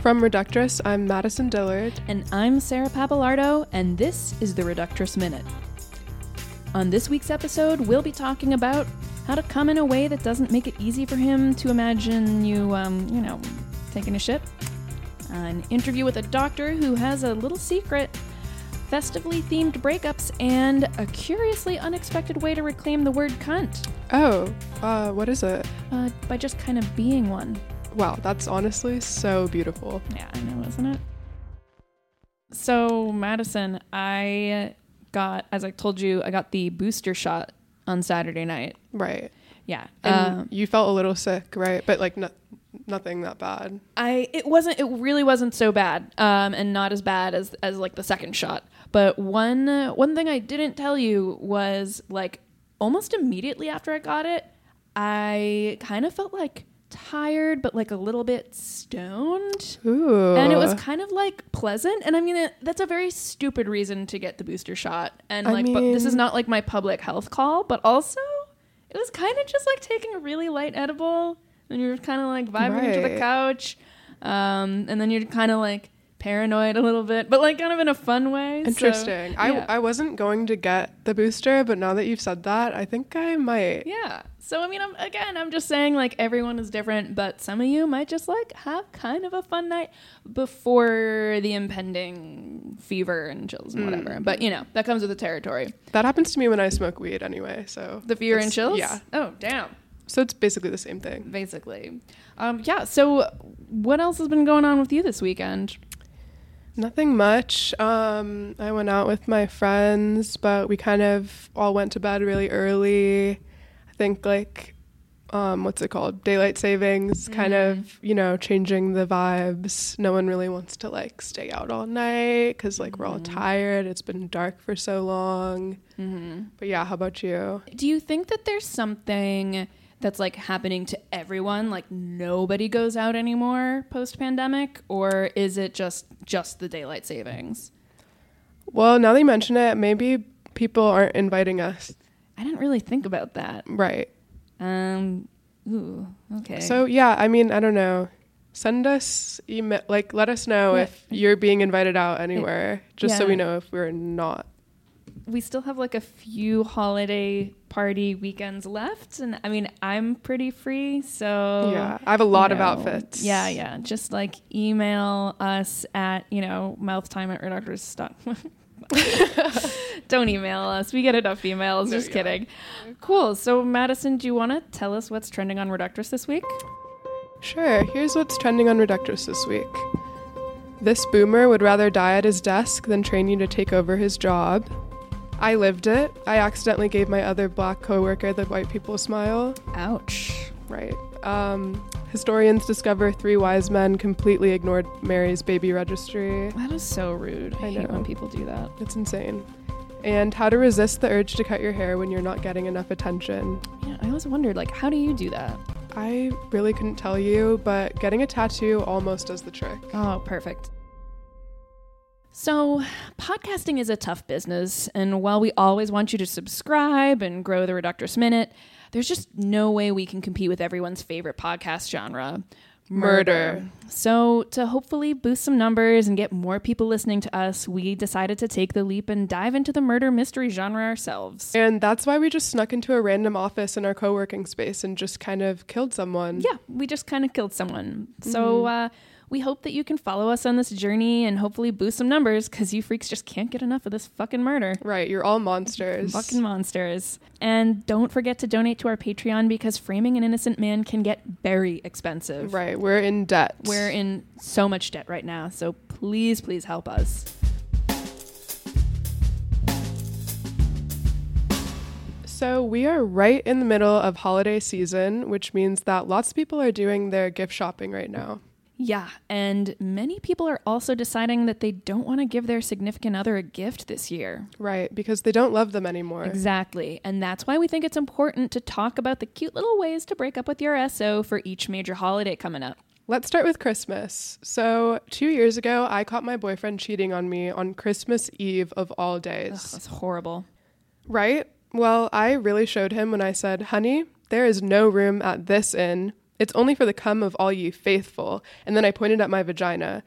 From Reductress, I'm Madison Dillard. And I'm Sarah Papalardo, and this is the Reductress Minute. On this week's episode, we'll be talking about how to come in a way that doesn't make it easy for him to imagine you, um, you know, taking a shit, an interview with a doctor who has a little secret, festively themed breakups, and a curiously unexpected way to reclaim the word cunt Oh, uh, what is it? uh, by just kind of being one. Wow, that's honestly so beautiful. Yeah, I know, isn't it? So, Madison, I got, as I told you, I got the booster shot on Saturday night. Right. Yeah. And Um, you felt a little sick, right? But like no- nothing that bad. I it wasn't it really wasn't so bad um and not as bad as as like the second shot but one uh, one thing I didn't tell you was like almost immediately after I got it I kind of felt like tired but like a little bit stoned Ooh. and it was kind of like pleasant and i mean it, that's a very stupid reason to get the booster shot and I like but this is mean- not like my public health call but also it was kind of just like taking a really light edible and you're kind of like vibing into the Right. couch um, and then you're kind of like paranoid a little bit but like kind of in a fun way so, interesting. I, yeah. I wasn't going to get the booster, but now that you've said that, I think I might. yeah so i mean I'm, again i'm just saying like everyone is different but some of you might just like have kind of a fun night before the impending fever and chills and whatever but you know that comes with the territory That happens to me when I smoke weed anyway. So the fever and it's- chills Yeah. oh damn So it's basically the same thing. basically um yeah so what else has been going on with you this weekend Nothing much. Um, I went out with my friends, but we kind of all went to bed really early. I think like, um, what's it called? Daylight savings, kind of, you know, changing the vibes. No one really wants to like stay out all night because like we're all tired. It's been dark for so long. But yeah, how about you? do you think that there's something that's like happening to everyone like nobody goes out anymore post pandemic or is it just just the daylight savings Well, now that you mention it, maybe people aren't inviting us. I didn't really think about that. Right. Um, ooh, okay. So yeah, I mean, I don't know. Send us email, like let us know Yeah. if you're being invited out anywhere, just so yeah. we know if we're not. we still have like a few holiday party weekends left, and I mean, I'm pretty free, so yeah, I have a lot you of know, outfits. Oh, Yeah, yeah. Just like email us at you know mouthtime at reductors. Don't email us. We get enough emails. No, just yeah. kidding. Cool. So Madison, do you want to tell us what's trending on Reductress this week? Sure. Here's what's trending on Reductress this week. This boomer would rather die at his desk than train you to take over his job. I lived it. I accidentally gave my other black coworker the white people smile. Ouch. Right. Um, historians discover three wise men completely ignored Mary's baby registry. That is so rude. I, I hate know. when people do that. It's insane. And how to resist the urge to cut your hair when you're not getting enough attention. Yeah, I always wondered, like, how do you do that? I really couldn't tell you, but getting a tattoo almost does the trick. Oh, perfect. So, podcasting is a tough business, and while we always want you to subscribe and grow the Reductress Minute, there's just no way we can compete with everyone's favorite podcast genre Murder. So, to hopefully boost some numbers and get more people listening to us, we decided to take the leap and dive into the murder mystery genre ourselves. And that's why we just snuck into a random office in our co working space and just kind of killed someone. yeah, we just kind of killed someone. So uh, we hope that you can follow us on this journey and hopefully boost some numbers because you freaks just can't get enough of this fucking murder. Right, you're all monsters. Fucking monsters. And don't forget to donate to our Patreon because framing an innocent man can get very expensive. Right, we're in debt. We're in so much debt right now, so please, please help us. So we are right in the middle of holiday season, which means that lots of people are doing their gift shopping right now. Yeah, and many people are also deciding that they don't want to give their significant other a gift this year. Right, because they don't love them anymore. Exactly. And that's why we think it's important to talk about the cute little ways to break up with your SO for each major holiday coming up. Let's start with Christmas. So, two years ago, I caught my boyfriend cheating on me on Christmas Eve of all days. That's horrible. Right? Well, I really showed him when I said, honey, there is no room at this inn. It's only for the come of all ye faithful. And then I pointed at my vagina.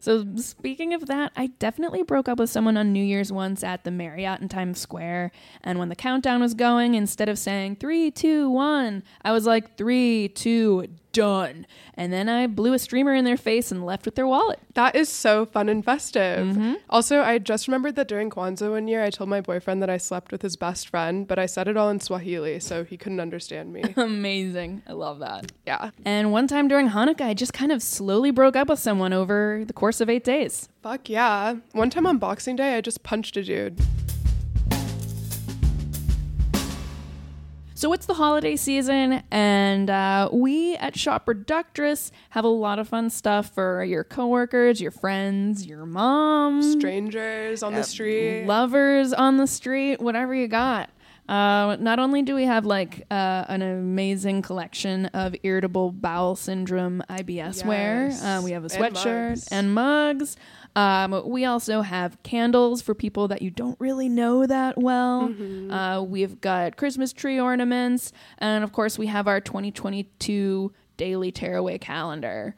So, speaking of that, I definitely broke up with someone on New Year's once at the Marriott in Times Square. And when the countdown was going, instead of saying three, two, one, I was like three, two, done. And then I blew a streamer in their face and left with their wallet. That is so fun and festive. Also, I just remembered that during Kwanzaa one year, I told my boyfriend that I slept with his best friend, but I said it all in Swahili, so he couldn't understand me. Amazing. I love that. yeah. And one time during Hanukkah, I just kind of slowly broke up with someone over the course of eight days. Fuck yeah. One time on Boxing Day, I just punched a dude. So it's the holiday season, and uh, we at Shop Reductress have a lot of fun stuff for your coworkers, your friends, your mom, Strangers on the street. lovers on the street, whatever you got. Uh, not only do we have like uh, an amazing collection of irritable bowel syndrome IBS wear, Yes. uh, we have a And sweatshirt mugs. and mugs. Um, we also have candles for people that you don't really know that well. Mm-hmm. Uh, we've got Christmas tree ornaments, and of course, we have our 2022 daily tearaway calendar.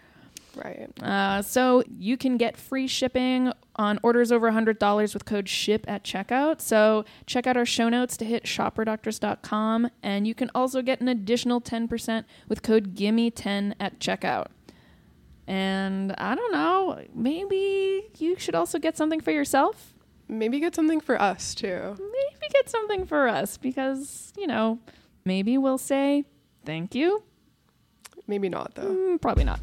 right. Uh, so you can get free shipping on orders over $100 with code SHIP at checkout. So check out our show notes to hit shopperDoctors.com. And you can also get an additional 10% with code GIMME10 at checkout. And I don't know, maybe you should also get something for yourself. Maybe get something for us too. Maybe get something for us because, you know, maybe we'll say thank you. Maybe not though. Mm, probably not.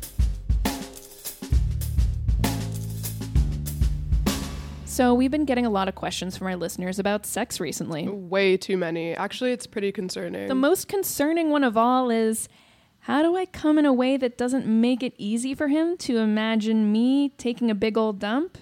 So, we've been getting a lot of questions from our listeners about sex recently. Way too many. Actually, it's pretty concerning. The most concerning one of all is how do I come in a way that doesn't make it easy for him to imagine me taking a big old dump?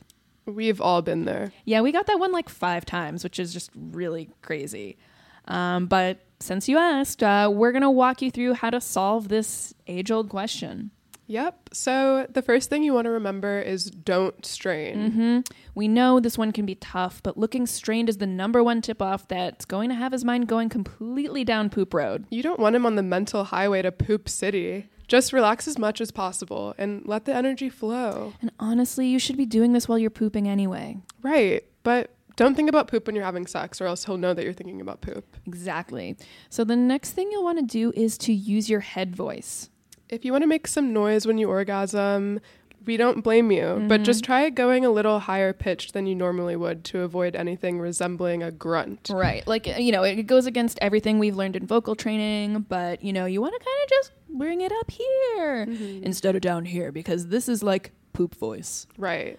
We've all been there. Yeah, we got that one like five times, which is just really crazy. Um, but since you asked, uh, we're going to walk you through how to solve this age old question. Yep. So the first thing you want to remember is don't strain. Mm-hmm. We know this one can be tough, but looking strained is the number one tip off that's going to have his mind going completely down poop road. You don't want him on the mental highway to poop city. Just relax as much as possible and let the energy flow. And honestly, you should be doing this while you're pooping anyway. Right. But don't think about poop when you're having sex, or else he'll know that you're thinking about poop. Exactly. So the next thing you'll want to do is to use your head voice. If you want to make some noise when you orgasm, we don't blame you, but just try going a little higher pitched than you normally would to avoid anything resembling a grunt. Right. Like, uh, you know, it goes against everything we've learned in vocal training, but, you know, you want to kind of just bring it up here instead of down here because this is like poop voice. Right.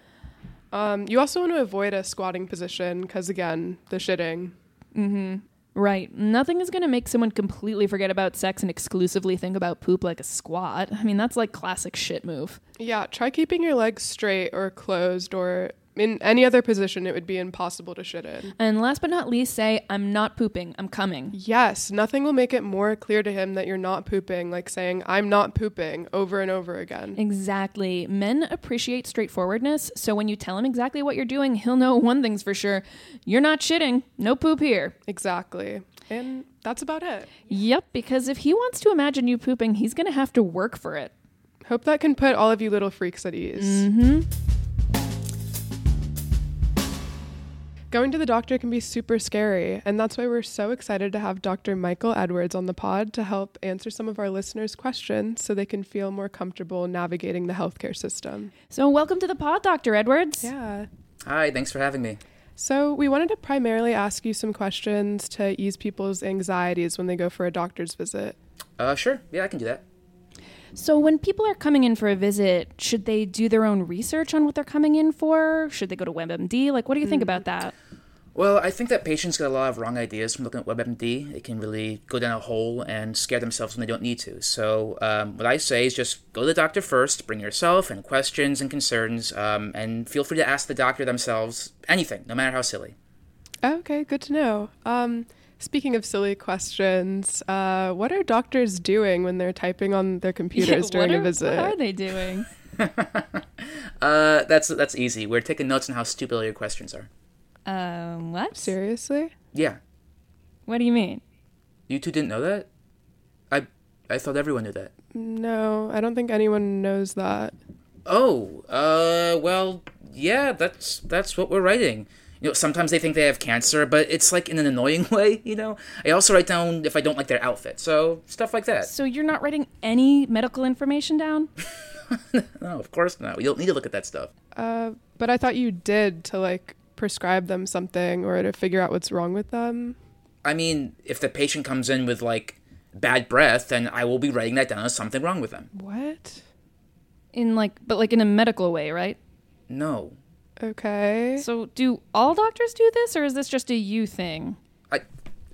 Um, you also want to avoid a squatting position because, again, the shitting. Mm-hmm. Right. Nothing is going to make someone completely forget about sex and exclusively think about poop like a squat. I mean, that's like classic shit move. Yeah, try keeping your legs straight or closed or in any other position it would be impossible to shit in. And last but not least, say, I'm not pooping, I'm coming. Yes, nothing will make it more clear to him that you're not pooping, like saying, I'm not pooping over and over again. Exactly. Men appreciate straightforwardness, so when you tell him exactly what you're doing, he'll know one thing's for sure you're not shitting, no poop here. Exactly. And that's about it. Yep, because if he wants to imagine you pooping, he's going to have to work for it. Hope that can put all of you little freaks at ease. Going to the doctor can be super scary, and that's why we're so excited to have Dr. Michael Edwards on the pod to help answer some of our listeners' questions so they can feel more comfortable navigating the healthcare system. So, welcome to the pod, Dr. Edwards. Yeah. Hi, thanks for having me. So, we wanted to primarily ask you some questions to ease people's anxieties when they go for a doctor's visit. Uh, sure. Yeah, I can do that. So, when people are coming in for a visit, should they do their own research on what they're coming in for? Should they go to WebMD? Like, what do you think about that? Well, I think that patients get a lot of wrong ideas from looking at WebMD. It can really go down a hole and scare themselves when they don't need to. So, um, what I say is just go to the doctor first, bring yourself and questions and concerns, um, and feel free to ask the doctor themselves anything, no matter how silly. Okay, good to know. Um, speaking of silly questions, uh, what are doctors doing when they're typing on their computers Yeah, what during are- a visit? What are they doing? Uh, that's that's easy. We're taking notes on how stupid all your questions are. um, what? Seriously? Yeah, What do you mean? you two didn't know that. I I thought everyone knew that. No, I don't think anyone knows that. Oh, uh, well, yeah, that's that's what we're writing. You know, sometimes they think they have cancer, but it's like in an annoying way. You know, I also write down if I don't like their outfit, so stuff like that. So you're not writing any medical information down? No, of course not. You don't need to look at that stuff. Uh, but I thought you did to like prescribe them something or to figure out what's wrong with them. I mean, if the patient comes in with like bad breath, then I will be writing that down as something wrong with them. What? In like, but like in a medical way, right? No, Okay. So do all doctors do this, or is this just a you thing? I.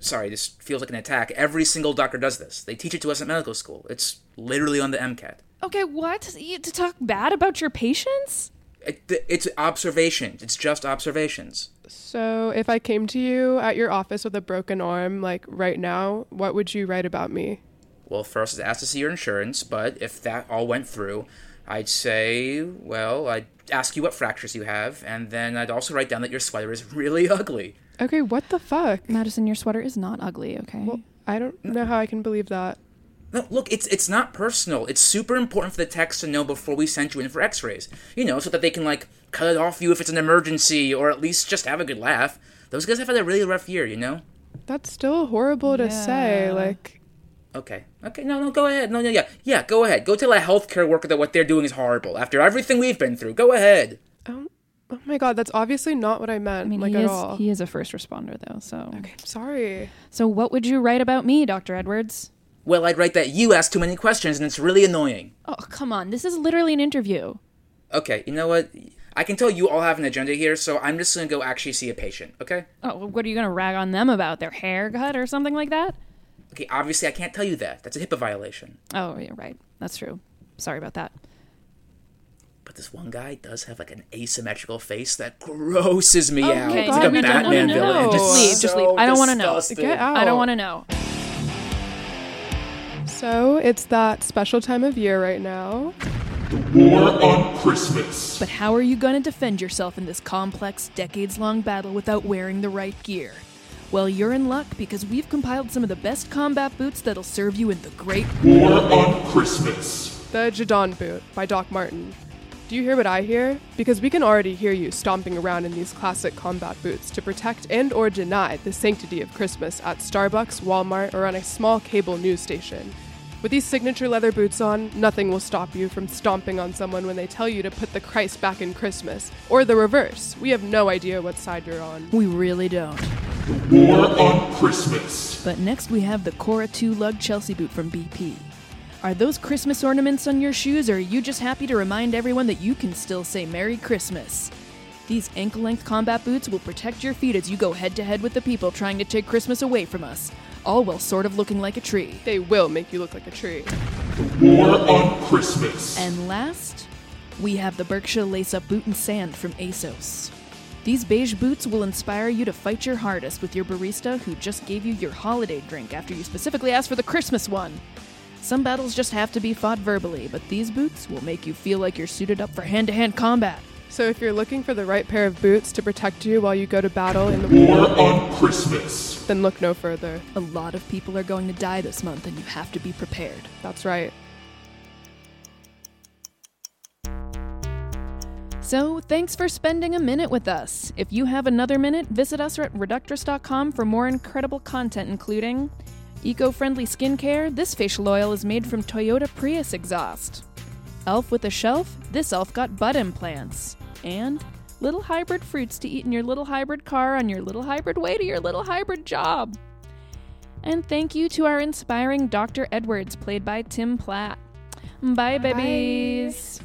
Sorry, this feels like an attack. Every single doctor does this. They teach it to us at medical school. It's literally on the MCAT. Okay, what? You- To talk bad about your patients? It, it's observations. It's just observations. So if I came to you at your office with a broken arm, like right now, what would you write about me? Well, first is ask to see your insurance, but if that all went through, I'd say, well, I'd ask you what fractures you have, and then I'd also write down that your sweater is really ugly. Okay, what the fuck? Madison, your sweater is not ugly, okay? Well, I don't know how I can believe that. No, look, it's it's not personal. It's super important for the techs to know before we send you in for X-rays. You know, so that they can like cut it off you if it's an emergency, or at least just have a good laugh. Those guys have had a really rough year, you know. That's still horrible to say. Yeah. Like, Okay, okay, no, no, go ahead, no, no, yeah, yeah, go ahead. Go tell a healthcare worker that what they're doing is horrible after everything we've been through. Go ahead. um, oh my god, that's obviously not what I meant, I mean, like he, at is, all. he is a first responder, though, so. Okay, I'm sorry. So what would you write about me, Dr. Edwards? Well, I'd write that you ask too many questions and it's really annoying. Oh, come on. This is literally an interview. Okay, you know what? I can tell you all have an agenda here, so I'm just gonna go actually see a patient. Okay? Oh, well, what are you going to rag on them about? Their haircut or something like that? Okay. Obviously, I can't tell you that. That's a HIPAA violation. Oh, yeah, right. That's true. Sorry about that. But this one guy does have like an asymmetrical face that grosses me out. Okay, It's like a Oh we don't wanna Batman know. villain. It's Just leave, just leave. I don't wanna know. disgusting. Get out. I don't want to know. So it's that special time of year right now. War on Christmas. But how are you going to defend yourself in this complex, decades long battle without wearing the right gear? Well, you're in luck because we've compiled some of the best combat boots that'll serve you in the great. War on Christmas. The Jadon Boot by Doc Martin. Do you hear what I hear? Because we can already hear you stomping around in these classic combat boots to protect and or deny the sanctity of Christmas at Starbucks, Walmart, or on a small cable news station. With these signature leather boots on, nothing will stop you from stomping on someone when they tell you to put the Christ back in Christmas, or the reverse. We have no idea what side you're on. We really don't. War on Christmas. But next we have the Cora 2 Lug Chelsea boot from BP. Are those Christmas ornaments on your shoes, or are you just happy to remind everyone that you can still say Merry Christmas? These ankle length combat boots will protect your feet as you go head to head with the people trying to take Christmas away from us, all while sort of looking like a tree. They will make you look like a tree. War on Christmas. And last, we have the Berkshire Lace Up Boot and Sand from ASOS. These beige boots will inspire you to fight your hardest with your barista who just gave you your holiday drink after you specifically asked for the Christmas one. Some battles just have to be fought verbally, but these boots will make you feel like you're suited up for hand to hand combat. So if you're looking for the right pair of boots to protect you while you go to battle in the War on Christmas. then look no further. A lot of people are going to die this month, and you have to be prepared. That's right. So, thanks for spending a minute with us. If you have another minute, visit us at reductress.com for more incredible content, including eco friendly skincare. This facial oil is made from Toyota Prius exhaust. Elf with a shelf. This elf got butt implants. And little hybrid fruits to eat in your little hybrid car on your little hybrid way to your little hybrid job. And thank you to our inspiring Dr. Edwards, played by Tim Platt. Bye, babies.